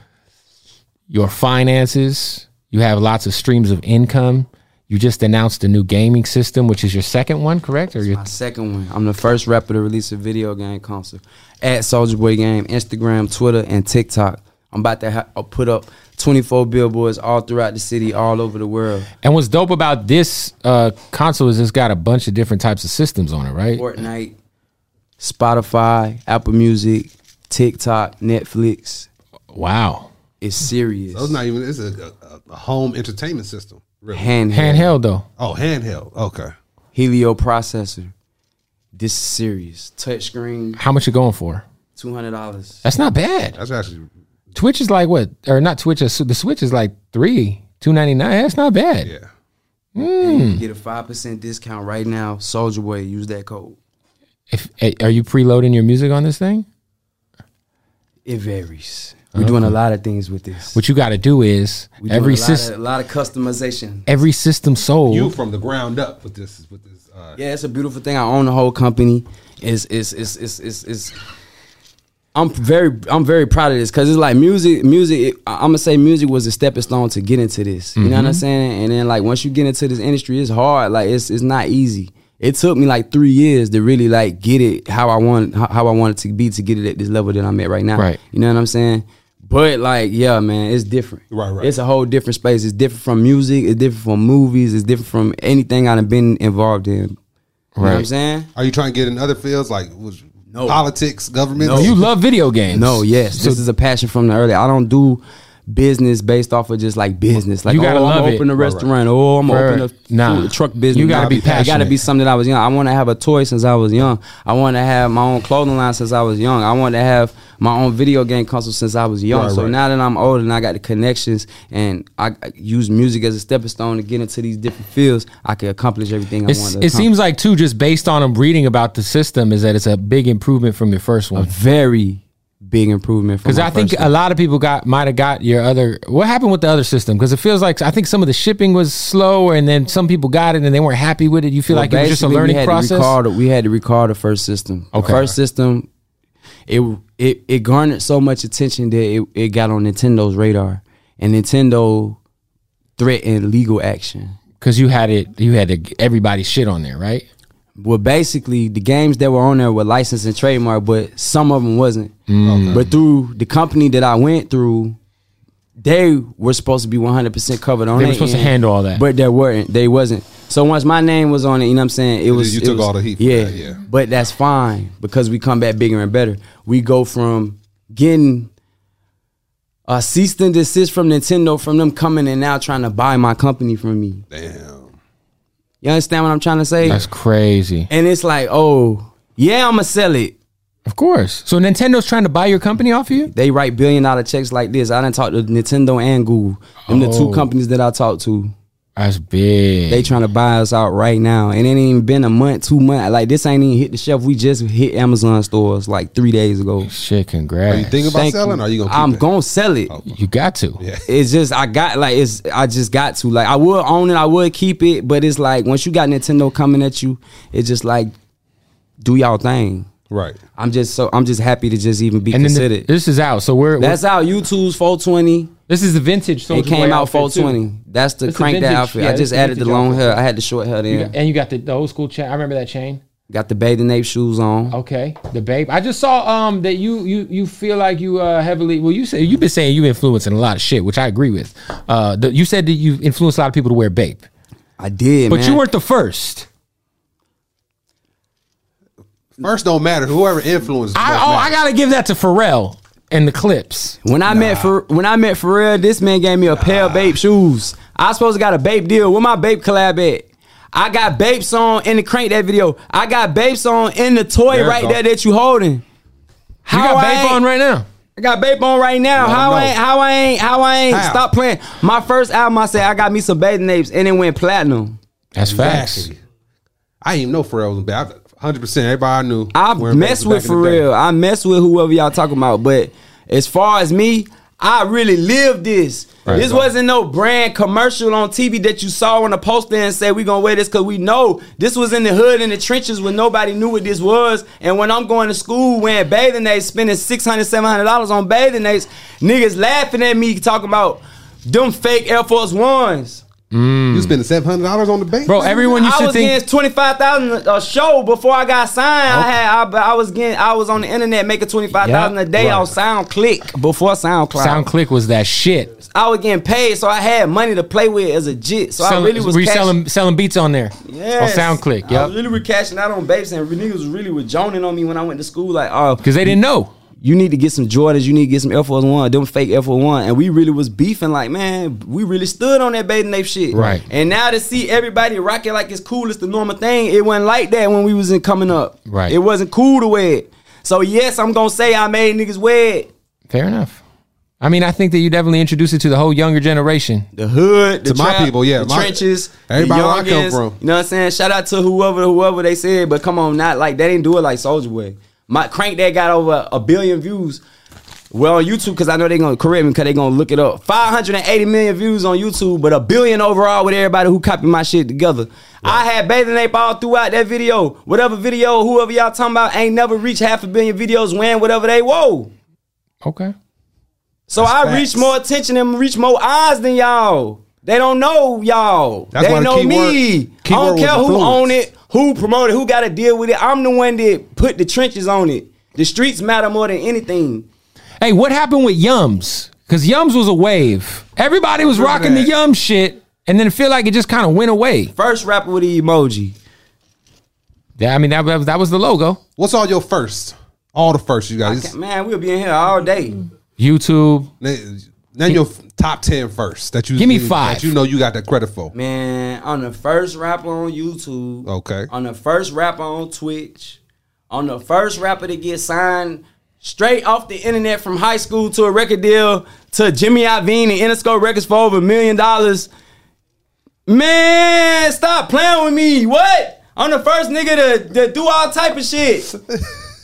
Speaker 5: your finances, you have lots of streams of income. You just announced a new gaming system, which is your second one, correct? Or your
Speaker 2: My second one. I'm the first rapper to release a video game console at Soldier Boy Game, Instagram, Twitter, and TikTok. I'm about to ha- I'll put up 24 billboards all throughout the city, all over the world.
Speaker 5: And what's dope about this uh, console is it's got a bunch of different types of systems on it, right?
Speaker 2: Fortnite, Spotify, Apple Music, TikTok, Netflix.
Speaker 5: Wow.
Speaker 2: It's serious.
Speaker 4: So it's not even. It's a, a, a home entertainment system. Really.
Speaker 2: Handheld.
Speaker 5: Handheld though.
Speaker 4: Oh, handheld. Okay.
Speaker 2: Helio processor. This is serious. Touchscreen,
Speaker 5: How much you going for?
Speaker 2: $200.
Speaker 5: That's not bad.
Speaker 4: That's actually.
Speaker 5: Twitch is like what, or not Twitch? uh, The Switch is like three two ninety nine. That's not bad.
Speaker 4: Yeah.
Speaker 2: And you
Speaker 5: Mm.
Speaker 2: can get a 5% discount right now. Soldier Boy, use that code.
Speaker 5: If eh, are you preloading your music on this thing?
Speaker 2: It varies. We're doing a
Speaker 5: Okay.
Speaker 2: lot of things with this.
Speaker 5: What you got to do is
Speaker 2: We're
Speaker 5: every
Speaker 2: doing a lot,
Speaker 5: system,
Speaker 2: of, a lot of customization.
Speaker 5: every system sold.
Speaker 4: You from the ground up with this. With this.
Speaker 2: Yeah, it's a beautiful thing. I own the whole company. Is is is is is is. I'm very I'm very proud of this because it's like music music. I'm gonna say music was a stepping stone to get into this. You know what I'm
Speaker 4: Mm-hmm.
Speaker 5: Mhm.
Speaker 2: saying? And then like once you get into this industry, it's hard. Like it's it's not easy. It took me like three years to really like get it how I want how- how I wanted to be to get it at this level that I'm at right now.
Speaker 5: Right.
Speaker 2: You know what I'm saying? But like yeah, man, it's different.
Speaker 4: Right, right.
Speaker 2: It's a whole different space. It's different from music. It's different from movies. It's different from anything I've been involved in. You know what I'm saying?
Speaker 4: Are you trying to get in other fields like was politics, government?
Speaker 2: No. You
Speaker 5: love video games.
Speaker 2: No, yes.
Speaker 4: So-
Speaker 2: this is a passion from the early. I don't do business based off of just like business. Like,
Speaker 5: You gotta
Speaker 2: oh, I'm
Speaker 5: love
Speaker 2: gonna
Speaker 5: it.
Speaker 2: open a
Speaker 5: Right, right.
Speaker 2: restaurant. Oh, I'm gonna open a
Speaker 5: Right. Nah.
Speaker 2: food truck business.
Speaker 5: You gotta
Speaker 2: Nah,
Speaker 5: be
Speaker 2: It gotta be
Speaker 5: passionate.
Speaker 2: something that I was young. I wanna have a toy since I was young. I wanna have my own clothing line since I was young. I wanna have my own video game console since I was young.
Speaker 5: Right,
Speaker 2: so
Speaker 5: right.
Speaker 2: now that I'm older and I got the connections and I I use music as a stepping stone to get into these different fields, I can accomplish everything I
Speaker 5: It's,
Speaker 2: want to
Speaker 5: it seems like too, just based on them reading about the system, is that it's a big improvement from your first one.
Speaker 2: very big improvement from
Speaker 5: Because
Speaker 2: my
Speaker 5: I think
Speaker 2: first
Speaker 5: a lot of people got might have got your other. What happened with the other system? Because it feels like I think some of the shipping was slow, and then some people got it and they weren't happy with it. You feel
Speaker 2: Well,
Speaker 5: like it was just a
Speaker 2: basically, we
Speaker 5: learning
Speaker 2: had to
Speaker 5: process.
Speaker 2: recall the- we had to recall the first system. The
Speaker 5: Okay.
Speaker 2: first system, it it it garnered so much attention that it, it got on Nintendo's radar, and Nintendo threatened legal action.
Speaker 5: Because you had it, you had to, everybody's shit on there, right?
Speaker 2: Well, basically, the games that were on there were licensed and trademark, but some of them wasn't.
Speaker 5: Mm.
Speaker 2: But through the company that I went through, they were supposed to be 100% covered on
Speaker 5: They were
Speaker 2: their
Speaker 5: supposed to
Speaker 2: end,
Speaker 5: handle all that.
Speaker 2: But they weren't. They wasn't. So once my name was on it, you know what I'm saying? It was
Speaker 4: you
Speaker 2: it
Speaker 4: took
Speaker 2: was-
Speaker 4: all the heat for
Speaker 2: Yeah,
Speaker 4: that, yeah.
Speaker 2: But that's fine because we come back bigger and better. We go from getting a cease and desist from Nintendo from them coming and now trying to buy my company from me.
Speaker 4: Damn.
Speaker 2: You understand what I'm trying to say?
Speaker 5: That's crazy.
Speaker 2: And it's like, oh, yeah, I'm gonna sell it.
Speaker 5: Of course. So Nintendo's trying to buy your company off you?
Speaker 2: They write billion dollar checks like this. I done talked to Nintendo and Google. Them the
Speaker 5: Oh.
Speaker 2: two companies that I talked to. That's big. They trying to buy us out right now, and it ain't even been a month, two months. Like this ain't even hit the shelf. We just hit Amazon stores like three days ago.
Speaker 5: Shit,
Speaker 9: Are
Speaker 5: congrats.
Speaker 9: you thinking about selling, or are you gonna keep
Speaker 2: I'm
Speaker 9: it? Oh,
Speaker 2: gonna sell it.
Speaker 5: You got to.
Speaker 2: It's just I got like it's I just got to like I would own it. I would keep it, but it's like once you got Nintendo coming at you, it's just like do y'all thing.
Speaker 9: Right.
Speaker 2: I'm just so I'm just happy to just even be
Speaker 5: And then the-
Speaker 2: considered.
Speaker 5: this is out. So we're
Speaker 2: That's out. YouTube's 420.
Speaker 5: This is the vintage. Soulja
Speaker 2: it came
Speaker 5: Boy
Speaker 2: out
Speaker 5: outfit, too.
Speaker 2: 420. That's the
Speaker 5: This
Speaker 2: crank that
Speaker 5: vintage-
Speaker 2: outfit.
Speaker 5: yeah,
Speaker 2: I
Speaker 5: this
Speaker 2: just
Speaker 5: the
Speaker 2: added the
Speaker 5: vintage
Speaker 2: long
Speaker 5: outfit.
Speaker 2: hair. I had the short hair
Speaker 5: You
Speaker 2: then.
Speaker 5: got- and you got the, the old school chain. I remember that chain.
Speaker 2: Got the bathing ape shoes on.
Speaker 5: Okay, the babe. I just saw um that you you you feel like you uh heavily. Well, you say you've been saying you influencing a lot of shit, which I agree with. Uh, the, you said that you influenced a lot of people to wear babe.
Speaker 2: I did,
Speaker 5: but
Speaker 9: man.
Speaker 5: you weren't the first.
Speaker 9: First don't matter. Whoever influenced.
Speaker 5: I, oh, I gotta give that to Pharrell and the clips.
Speaker 2: When I met for when I met Pharrell, this man gave me a pair of Bape shoes. I supposed to got a Bape deal. Where my Bape collab at? I got Bapes on in the crank that video. I got Bapes on in the toy
Speaker 5: There it
Speaker 2: right
Speaker 5: go.
Speaker 2: there that you holding. How
Speaker 5: got
Speaker 2: I
Speaker 5: Bape
Speaker 2: ain't-
Speaker 5: on right now.
Speaker 2: I got Bape on right now.
Speaker 5: Let 'em
Speaker 2: How I
Speaker 5: know.
Speaker 2: ain't how I ain't how I ain't
Speaker 5: How?
Speaker 2: stop playing. My first album, I said I got me some bathing apes and it went platinum.
Speaker 5: That's
Speaker 9: facts. I didn't even know Pharrell was bad. Hundred percent. Everybody I knew.
Speaker 2: I
Speaker 9: wearing
Speaker 2: mess
Speaker 9: back
Speaker 2: with
Speaker 9: in the day.
Speaker 2: Pharrell. I mess with whoever y'all talking about. But as far as me, I really lived this.
Speaker 5: Right.
Speaker 2: This wasn't no brand commercial on TV that you saw on a poster and said we gonna wear this because we know this was in the hood in the trenches when nobody knew what this was. And when I'm going to school wearing bathing apes, spending 600 700 dollars on bathing apes, niggas laughing at me talking about them fake Air Force Ones.
Speaker 9: You spending seven hundred dollars on the bank,
Speaker 2: Bro, I was getting twenty five thousand a show before I got signed.
Speaker 5: Oh.
Speaker 2: I had I, I was getting I was on the internet making twenty five thousand a day
Speaker 5: right.
Speaker 2: on SoundClick before SoundCloud.
Speaker 5: SoundClick was that shit.
Speaker 2: I was getting paid, so I had money to play with as a jit. So I
Speaker 5: Selling-
Speaker 2: really was
Speaker 5: were you
Speaker 2: cashing-
Speaker 5: selling selling beats on there?
Speaker 2: Yes.
Speaker 5: On SoundClick.
Speaker 2: I
Speaker 5: Yep.
Speaker 2: really were cashing out on babes and niggas really were joning on me when I went to school. Like, oh,
Speaker 5: because they didn't know.
Speaker 2: You need to get some Jordans. You need to get some Air Force One. Them fake Air Force One. And we really was beefing. Like, man, we really stood on that bathing ape shit.
Speaker 5: Right.
Speaker 2: And now to see everybody rocking like it's cool, it's the normal thing. It wasn't like that when we was in coming up.
Speaker 5: Right.
Speaker 2: It wasn't cool to wear it. So yes, I'm gonna say I made niggas wear it.
Speaker 5: Fair enough. I mean, I think that you definitely introduced it to the whole younger generation.
Speaker 2: The hood, the
Speaker 5: To my
Speaker 2: trap,
Speaker 5: people, yeah,
Speaker 2: the
Speaker 5: my-
Speaker 2: trenches,
Speaker 5: everybody
Speaker 2: the
Speaker 5: where I come
Speaker 2: youngins,
Speaker 5: from.
Speaker 2: You know what I'm saying? Shout out to whoever, whoever they said, but come on, not like they didn't do it like Soldier Boy. My crank that got over a billion views. Well, on YouTube, because I know they're gonna correct me because they're gonna look it up. 580 million views on YouTube, but a billion overall with everybody who copied my shit together. I had Bathing Ape all throughout that video. Whatever video, whoever y'all talking about, ain't never reached half a billion videos when whatever they whoa.
Speaker 5: Okay.
Speaker 2: So I reach more attention and reach more eyes than y'all. They don't know y'all.
Speaker 5: That's
Speaker 2: they
Speaker 5: why the
Speaker 2: know
Speaker 5: keyword-
Speaker 2: me. I
Speaker 5: keyword
Speaker 2: don't
Speaker 5: was
Speaker 2: care who
Speaker 5: influence.
Speaker 2: own it, who promoted, who got to deal with it. I'm the one that put the trenches on it. The streets matter more than anything.
Speaker 5: Hey, what happened with Yums? Because Yums was a wave. Everybody was
Speaker 2: Remember
Speaker 5: rocking
Speaker 2: that.
Speaker 5: the Yum shit, and then it feel like it just kind of went away.
Speaker 2: First rapper with the emoji.
Speaker 5: Yeah, I mean that, that was that was the logo.
Speaker 9: What's all your first? All the first you guys.
Speaker 2: Man, we'll be in here all day.
Speaker 5: YouTube.
Speaker 9: Name name your f- top ten first that you
Speaker 2: Give me
Speaker 9: you-
Speaker 2: five.
Speaker 9: that you know you got that credit for.
Speaker 2: Man, I'm the first rapper on YouTube.
Speaker 9: Okay.
Speaker 2: on the first rapper on Twitch, on the first rapper to get signed straight off the internet from high school to a record deal to Jimmy Iovine and Interscope Records for over a million dollars. Man, stop playing with me. What? I'm the first nigga to, to do all type of shit.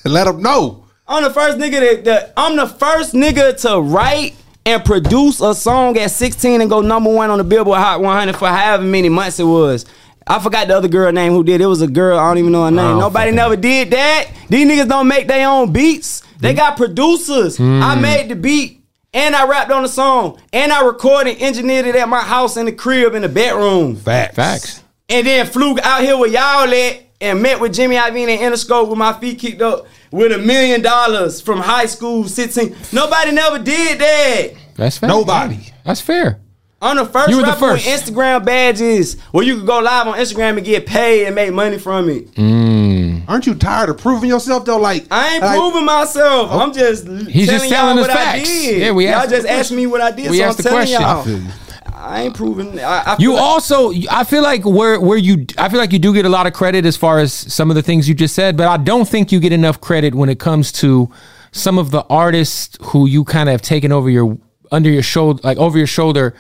Speaker 9: Let them know.
Speaker 2: I'm the first nigga that, that I'm the first nigga to write and produce a song at 16 and go number one on the Billboard Hot 100 for however many months it was. I forgot the other girl name who did. It was a girl. I don't even know her name.
Speaker 5: don't
Speaker 2: Nobody
Speaker 5: fucking-
Speaker 2: never did that. These niggas don't make their own beats. They got producers.
Speaker 5: Mm.
Speaker 2: I made the beat and I rapped on the song and I recorded, engineered it at my house in the crib in the bedroom.
Speaker 9: Facts.
Speaker 5: Facts.
Speaker 2: And then flew out here with y'all at and met with Jimmy Iovine and Interscope with my feet kicked up with a million dollars from high school, 16. Nobody never did that.
Speaker 5: That's fair.
Speaker 9: Nobody.
Speaker 5: That's fair.
Speaker 2: I'm the first
Speaker 5: You were the
Speaker 2: rapper
Speaker 5: first.
Speaker 2: with Instagram badges where you could go live on Instagram and get paid and make money from it.
Speaker 5: Mm.
Speaker 9: Aren't you tired of proving yourself though? Like
Speaker 2: I ain't
Speaker 9: like- Oh.
Speaker 2: proving myself. I'm just
Speaker 9: He's
Speaker 2: telling
Speaker 9: just telling
Speaker 2: y'all
Speaker 9: us
Speaker 2: what I
Speaker 9: facts.
Speaker 2: did.
Speaker 9: Yeah, we
Speaker 2: y'all
Speaker 9: asked
Speaker 2: just
Speaker 9: the
Speaker 2: asked me what I did,
Speaker 5: We
Speaker 2: so I'm
Speaker 5: asked the
Speaker 2: telling
Speaker 5: question.
Speaker 2: y'all.
Speaker 5: I feel you.
Speaker 2: I, ain't proving. I, I feel
Speaker 5: You
Speaker 2: like-
Speaker 5: also, I feel like where where you, I feel like you do get a lot of credit as far as some of the things you just said, but I don't think you get enough credit when it comes to some of the artists who you kind of have taken over your under your shoulder, like over your shoulder,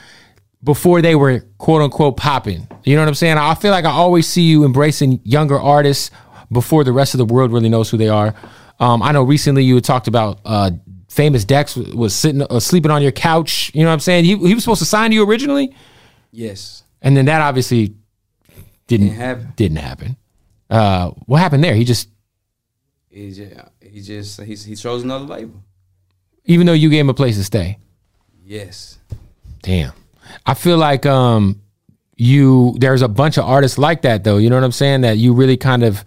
Speaker 5: before they were quote unquote popping. You know what I'm saying? I feel like I always see you embracing younger artists before the rest of the world really knows who they are. Um, I know recently you had talked about uh, famous Dex was, was sitting uh, sleeping on your couch. You know what I'm saying? He, he was supposed to sign you originally,
Speaker 2: Yes.
Speaker 5: and then that obviously didn't
Speaker 2: Didn't happen.
Speaker 5: Didn't happen. Uh, what happened there? He just
Speaker 2: He just, he just he's, he chose another label.
Speaker 5: even though you gave him a place to stay.
Speaker 2: Yes.
Speaker 5: Damn. I feel like um you there's a bunch of artists like that though. You know what I'm saying? That you really kind of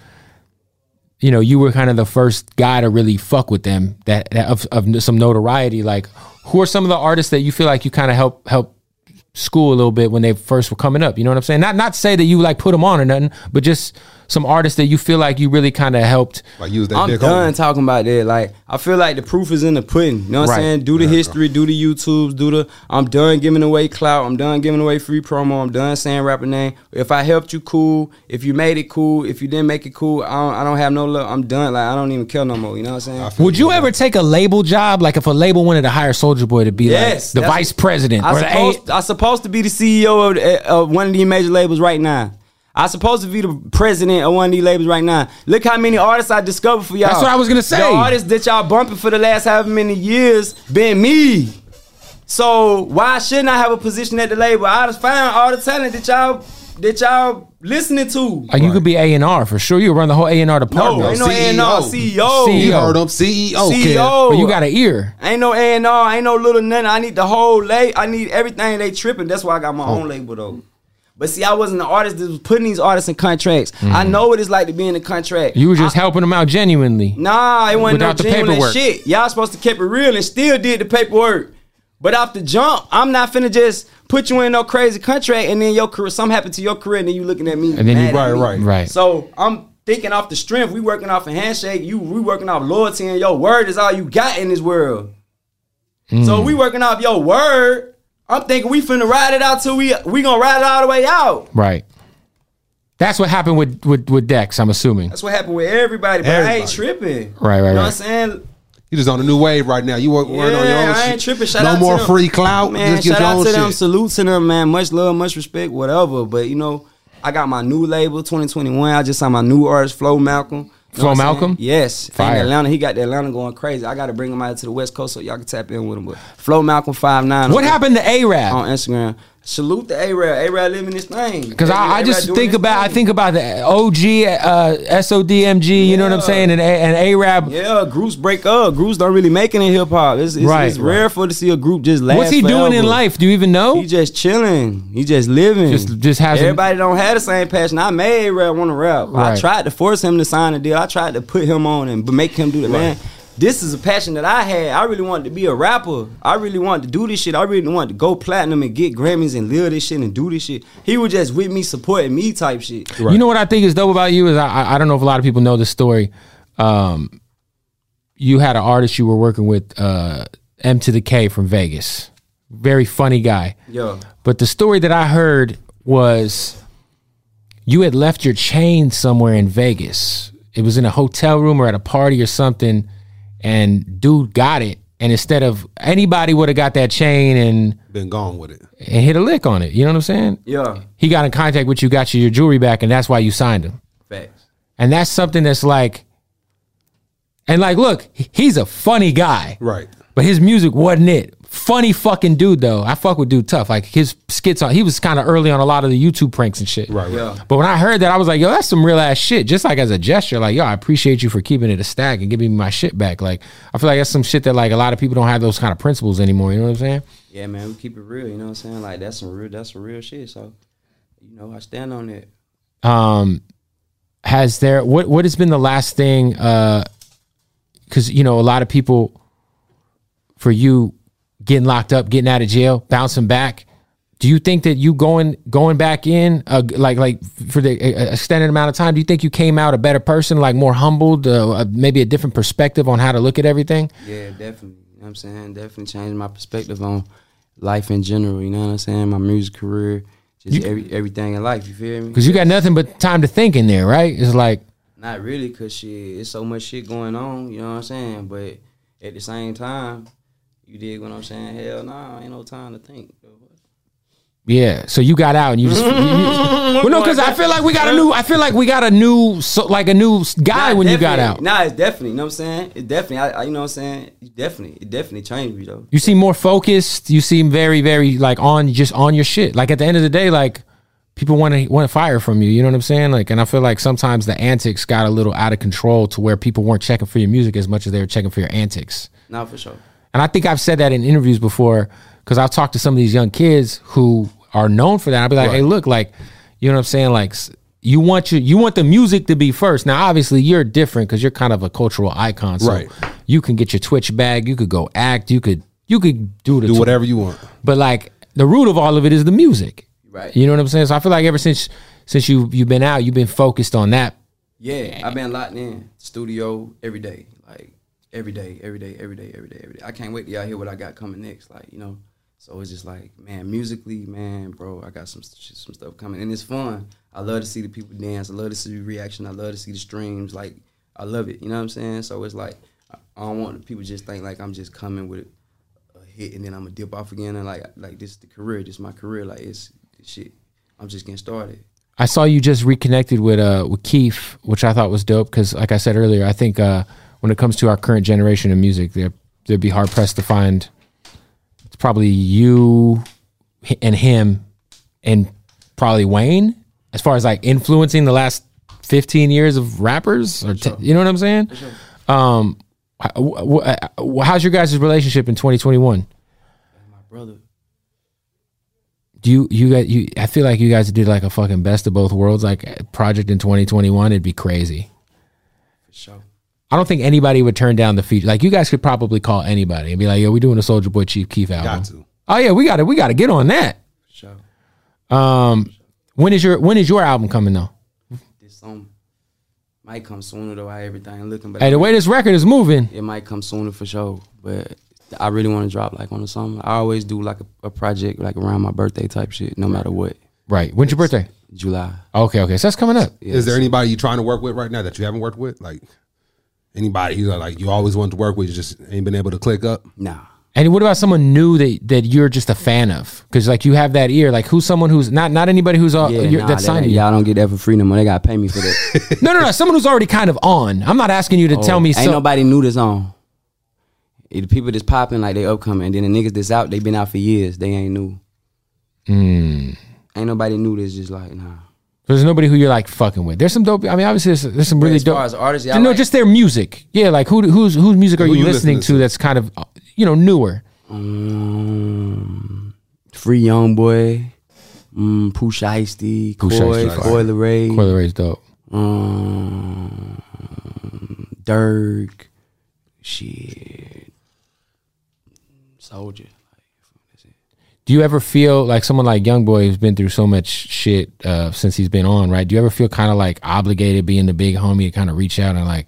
Speaker 5: you know, you were kind of the first guy to really fuck with them that, that of, of some notoriety. Like who are some of the artists that you feel like you kind of help help school a little bit when they first were coming up? You know what I'm saying? Not not say that you like put them on or nothing, but just some artists that you feel like you really kind of helped.
Speaker 10: Like you was
Speaker 2: I'm done talking about that. Like I feel like the proof is in the pudding. You know what
Speaker 5: Right.
Speaker 2: I'm saying? Do the history, do the YouTubes, do the. I'm done giving away clout. I'm done giving away free promo. I'm done saying rapper name. If I helped you, cool. If you made it, cool. If you didn't make it, cool. I don't, I don't have no love. I'm done. Like I don't even care no more. You know what I'm saying?
Speaker 5: Would you ever take a label job? Like if a label wanted to hire Soldier Boy to be
Speaker 2: Yes,
Speaker 5: like the
Speaker 2: that's-
Speaker 5: vice president
Speaker 2: I
Speaker 5: or the A-
Speaker 2: supposed, I supposed to be the CEO of, uh, of one of these major labels right now. I supposed to be the president of one of these labels right now. Look how many artists I discovered for y'all.
Speaker 5: That's what I was gonna say.
Speaker 2: The artists that y'all bumping for the last however many years been me. So why shouldn't I have a position at the label? I just find all the talent that y'all that y'all listening to.
Speaker 5: Like Uh, you could be A and R for sure. You run the whole A and R department. E
Speaker 2: ain't no A&R, CEO. E You heard him, CEO, kid.
Speaker 5: But you got an ear.
Speaker 2: Ain't no A and R, ain't no little nothing. I need the whole lay. I need everything they tripping. That's why I got my
Speaker 5: Oh.
Speaker 2: own label though. But see, I wasn't the artist that was putting these artists in contracts. I know what it's like to be in a contract.
Speaker 5: Mm-hmm. You were just helping them out genuinely.
Speaker 2: Nah, it wasn't no
Speaker 5: Without the
Speaker 2: genuine
Speaker 5: paperwork.
Speaker 2: shit. Y'all supposed to keep it real and still did the paperwork. But off the jump, I'm not finna just put you in no crazy contract and then your career, something happened to your career and then you looking at me.
Speaker 5: And then you-
Speaker 2: mad
Speaker 5: Right,
Speaker 2: at me.
Speaker 5: right. Right.
Speaker 2: So I'm thinking off the strength. We working off a handshake. You, we working off loyalty and your word is all you got in this world.
Speaker 5: Hmm.
Speaker 2: So we working off your word. I'm thinking we finna ride it out till we we gonna ride it all the way out.
Speaker 5: Right. That's what happened with with with Dex. I'm assuming.
Speaker 2: That's what happened with everybody. But I ain't tripping.
Speaker 5: Right, right,
Speaker 2: You know what I'm
Speaker 5: right.
Speaker 2: saying?
Speaker 10: You just on a new wave right now. You work working on your own
Speaker 2: I
Speaker 10: shit.
Speaker 2: ain't tripping. Shout
Speaker 10: no
Speaker 2: out to
Speaker 10: more
Speaker 2: them.
Speaker 10: free clout.
Speaker 2: Man,
Speaker 10: just get
Speaker 2: shout
Speaker 10: your
Speaker 2: out
Speaker 10: own
Speaker 2: to them.
Speaker 10: shit.
Speaker 2: Salute to them, man. Much love, much respect, whatever. But you know, I got my new label, 2021. I just signed my new artist, Flo Malcolm. You know
Speaker 5: Flo
Speaker 2: what I'm saying?
Speaker 5: Malcolm?
Speaker 2: Yes.
Speaker 5: Fire.
Speaker 2: In Atlanta, he got the Atlanta going crazy. I got to bring him out to the West Coast so y'all can tap in with him. But Flo Malcolm 59.
Speaker 5: What happened to A-Rab?
Speaker 2: on Instagram? Salute to A-Rab. A-Rab living this thing.
Speaker 5: Because I, I
Speaker 2: A-Rab
Speaker 5: just
Speaker 2: doing
Speaker 5: think
Speaker 2: his
Speaker 5: about I think about the OG uh, SODMG. You know what I'm saying? And A- and Arab.
Speaker 2: Yeah, groups break up. Groups don't really make it in hip hop. It's, it's,
Speaker 5: Right,
Speaker 2: it's rare for to see a group just last.
Speaker 5: What's he doing in
Speaker 2: forever.
Speaker 5: life? Do you even know?
Speaker 2: He just chilling. He just living.
Speaker 5: Just just has a-
Speaker 2: Everybody don't have the same passion. I made rap want to rap.
Speaker 5: Right.
Speaker 2: I tried to force him to sign a deal. I tried to put him on and b- make him do the man. This is a passion that I had. I really wanted to be a rapper. I really wanted to do this shit. I really wanted to go platinum and get Grammys and live this shit and do this shit. He was just with me, supporting me type shit.
Speaker 5: You know what I think is dope about you is I- I I don't know if a lot of people know this story. Um, you had an artist you were working with, uh, M to the K from Vegas. Very funny guy.
Speaker 2: Yeah.
Speaker 5: But the story that I heard was you had left your chain somewhere in Vegas. It was in a hotel room or at a party or something, and dude got it. And instead of anybody would have got that chain and
Speaker 10: Been gone with it.
Speaker 5: and hit a lick on it. You know what I'm saying?
Speaker 2: Yeah.
Speaker 5: He got in contact with you, got you your jewelry back, and that's why you signed him.
Speaker 2: Facts.
Speaker 5: And that's something that's like, and like, look, he- he's a funny guy.
Speaker 10: Right.
Speaker 5: But his music wasn't it. Funny fucking dude though. I fuck with dude tough. Like his skits on, he was kind of early on a lot of the YouTube pranks and shit. Right,
Speaker 2: Yeah.
Speaker 5: But when I heard that, I was like, yo, that's some real ass shit. Just like as a gesture, like, yo, I appreciate you for keeping it a stack and giving me my shit back. Like, I feel like that's some shit that like a lot of people don't have those kind of principles anymore. You know what I'm saying?
Speaker 2: Yeah, man, we keep it real. You know what I'm saying? Like that's some real. That's some real shit. So, you know, I stand on it.
Speaker 5: um has there what what has been the last thing uh because you know a lot of people for you getting locked up getting out of jail bouncing back do you think that you going going back in uh, like like for the uh, extended amount of time do you think you came out a better person like more humbled uh, uh, maybe a different perspective on how to look at everything
Speaker 2: Yeah, definitely. You know what I'm saying? Definitely changed my perspective on life in general, you know what I'm saying? My music career, just
Speaker 5: You-
Speaker 2: every, everything in life, you feel me?
Speaker 5: because you got nothing but time to think in there right it's like
Speaker 2: Not really, cause shit, it's so much shit going on, you know what I'm saying? But at the same time, you dig what I'm saying? Hell nah, ain't no time to think.
Speaker 5: Yeah. So you got out and you just. you- you- well, no, because I feel like we got a new. I feel like we got a new, so, like a new s- guy when you got out.
Speaker 2: Nah, it's definitely. You know what I'm saying? It definitely. I, I you know what I'm saying? It definitely. It definitely changed me though.
Speaker 5: You seem more focused. You seem very, very like on just on your shit. Like at the end of the day, like people want to want to fire from you. You know what I'm saying? Like, and I feel like sometimes the antics got a little out of control to where people weren't checking for your music as much as they were checking for your antics.
Speaker 2: Nah, for sure.
Speaker 5: And I think I've said that in interviews before because I've talked to some of these young kids who are known for that. I'll be like, hey, look, like, you know what I'm saying? Like, s- you want your, you want the music to be first. Now, obviously, you're different because you're kind of a cultural icon. So
Speaker 11: Right.
Speaker 5: you can get your Twitch bag, you could go act, you could you could do the
Speaker 11: Do whatever you want.
Speaker 5: But like the root of all of it is the music.
Speaker 2: Right.
Speaker 5: You know what I'm saying? So I feel like ever since since you you've been out, you've been focused on that.
Speaker 2: Yeah, I've been locked in studio every day, like every day, every day, every day, every day, every day. I can't wait to y'all hear what I got coming next, like you know. So it's just like, man, musically, man, bro, I got some sh- some stuff coming, and it's fun. I love to see the people dance. I love to see the reaction. I love to see the streams. Like, I love it. You know what I'm saying? So it's like, I I don't want people just think like I'm just coming with a hit and then I'm gonna dip off again. And like, like this is the career. This is my career. Like it's shit. I'm just getting started.
Speaker 5: I saw you just reconnected with uh with Keith, which I thought was dope because, like I said earlier, I think uh, when it comes to our current generation of music, there they'd be hard pressed to find. It's probably you hi- and him, and probably Wayne, as far as like influencing the last fifteen years of rappers, or te- you know what I'm saying. Um, h- wh- uh, wh- how's your guys' relationship in 2021?
Speaker 2: Brother,
Speaker 5: do you you guys you i feel like you guys did like a fucking best of both worlds like uh, project in 2021 it'd be crazy
Speaker 2: for sure.
Speaker 5: i don't think anybody would turn down the feature like you guys could probably call anybody and be like yo we doing a soldier boy chief keef album
Speaker 11: Got to.
Speaker 5: oh yeah we gotta we gotta get on that
Speaker 2: Sure.
Speaker 5: um when is your when is your album coming though
Speaker 2: This song might come sooner though. I everything looking, but
Speaker 5: hey the way this record is moving
Speaker 2: it might come sooner for sure. But I really want to drop like on the summer. I always do like a, a project like around my birthday type shit, no matter what.
Speaker 5: Right. When's your birthday?
Speaker 2: July.
Speaker 5: okay okay so that's coming up
Speaker 11: Is there anybody you're trying to work with right now that you haven't worked with? Like anybody you know, like you always wanted to work with, you just ain't been able to click up?
Speaker 2: Nah.
Speaker 5: and what about someone new that that you're just a fan of because like you have that ear like who's someone who's not not anybody who's uh,
Speaker 2: Yeah,
Speaker 5: you're,
Speaker 2: nah,
Speaker 5: that
Speaker 2: they-
Speaker 5: signed you
Speaker 2: y'all don't get that for free no more. They gotta pay me for that.
Speaker 5: no no no someone who's already kind of on i'm not asking you to
Speaker 2: Oh,
Speaker 5: tell me
Speaker 2: Ain't
Speaker 5: some-
Speaker 2: nobody knew this on. The people that's popping like they upcoming, and then the niggas that's out, they been out for years. They ain't new.
Speaker 5: Mm.
Speaker 2: Ain't nobody new that's just like nah.
Speaker 5: There's nobody who you're like fucking with. There's some dope. I mean, obviously, there's, there's some really
Speaker 2: as
Speaker 5: dope
Speaker 2: far as artists, yeah, I
Speaker 5: no,
Speaker 2: like-
Speaker 5: just their music. Yeah, like who who's whose music are
Speaker 2: Who
Speaker 5: you,
Speaker 2: you
Speaker 5: listening,
Speaker 2: listening
Speaker 5: to? That's kind of uh, you know newer.
Speaker 2: Um, Free Young Boy, mm, Pooh Icy,
Speaker 5: Pusha
Speaker 2: Coy,
Speaker 5: T, fire.
Speaker 2: Coy Ray,
Speaker 5: Coil Ray's dope.
Speaker 2: um, Dirk, shit, Soldier.
Speaker 5: Do you ever feel like someone like YoungBoy who's been through so much shit uh, since he's been on? Right? Do you ever feel kind of like obligated, being the big homie, to kind of reach out and like,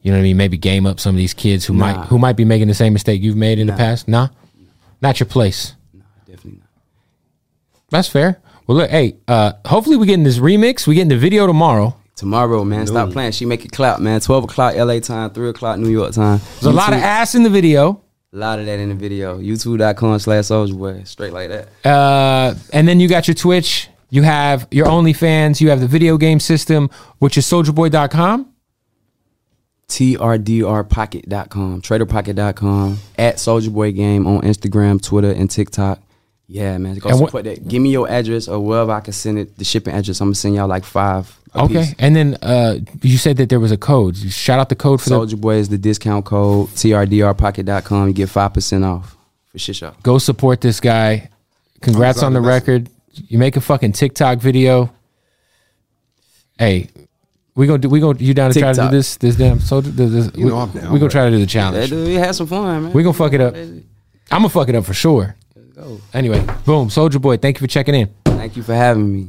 Speaker 5: you know what I mean? Maybe game up some of these kids who
Speaker 2: Nah.
Speaker 5: might who might be making the same mistake you've made in the past. Nah, not your place.
Speaker 2: Definitely not.
Speaker 5: That's fair. Well, look, hey, uh, hopefully we get in this remix. We get in the video tomorrow.
Speaker 2: Tomorrow, man, stop playing. She make it clap, man. Twelve o'clock LA time, three o'clock New York time.
Speaker 5: There's a lot of
Speaker 2: YouTube
Speaker 5: ass in the video.
Speaker 2: A lot of that in the video. YouTube.com slash Soldier Boy. Straight like that.
Speaker 5: Uh, and then you got your Twitch. You have your OnlyFans. You have the video game system, which is soldierboy.com.
Speaker 2: trdrpocket.com, traderpocket.com, at Soldier Boy Game on Instagram, Twitter, and TikTok. Yeah, man. Go
Speaker 5: And what-
Speaker 2: support that. Give me your address or wherever I can send it, the shipping address. I'm gonna send y'all like five.
Speaker 5: Okay. And then uh, you said that there was a code. You Shout out the code for the
Speaker 2: Soldier Boy is the discount code, trdrpocket.com. You get five percent off for shit shop.
Speaker 5: Go support this guy. Congrats on the record. You make a fucking TikTok video. Hey, we gonna do. We gonna you down to try to
Speaker 2: TikTok.
Speaker 5: do this? This damn soldier. This, this,
Speaker 2: You
Speaker 5: we,
Speaker 2: know I'm down,
Speaker 5: we gonna
Speaker 2: bro.
Speaker 5: try to do the
Speaker 2: Yeah,
Speaker 5: challenge.
Speaker 2: dude, we had some fun, man.
Speaker 5: we gonna fuck it up. I'm gonna fuck it up for sure.
Speaker 2: go.
Speaker 5: Anyway, boom, Soldier Boy. Thank you for checking in.
Speaker 2: Thank you for having me.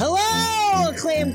Speaker 1: Hello, acclaimed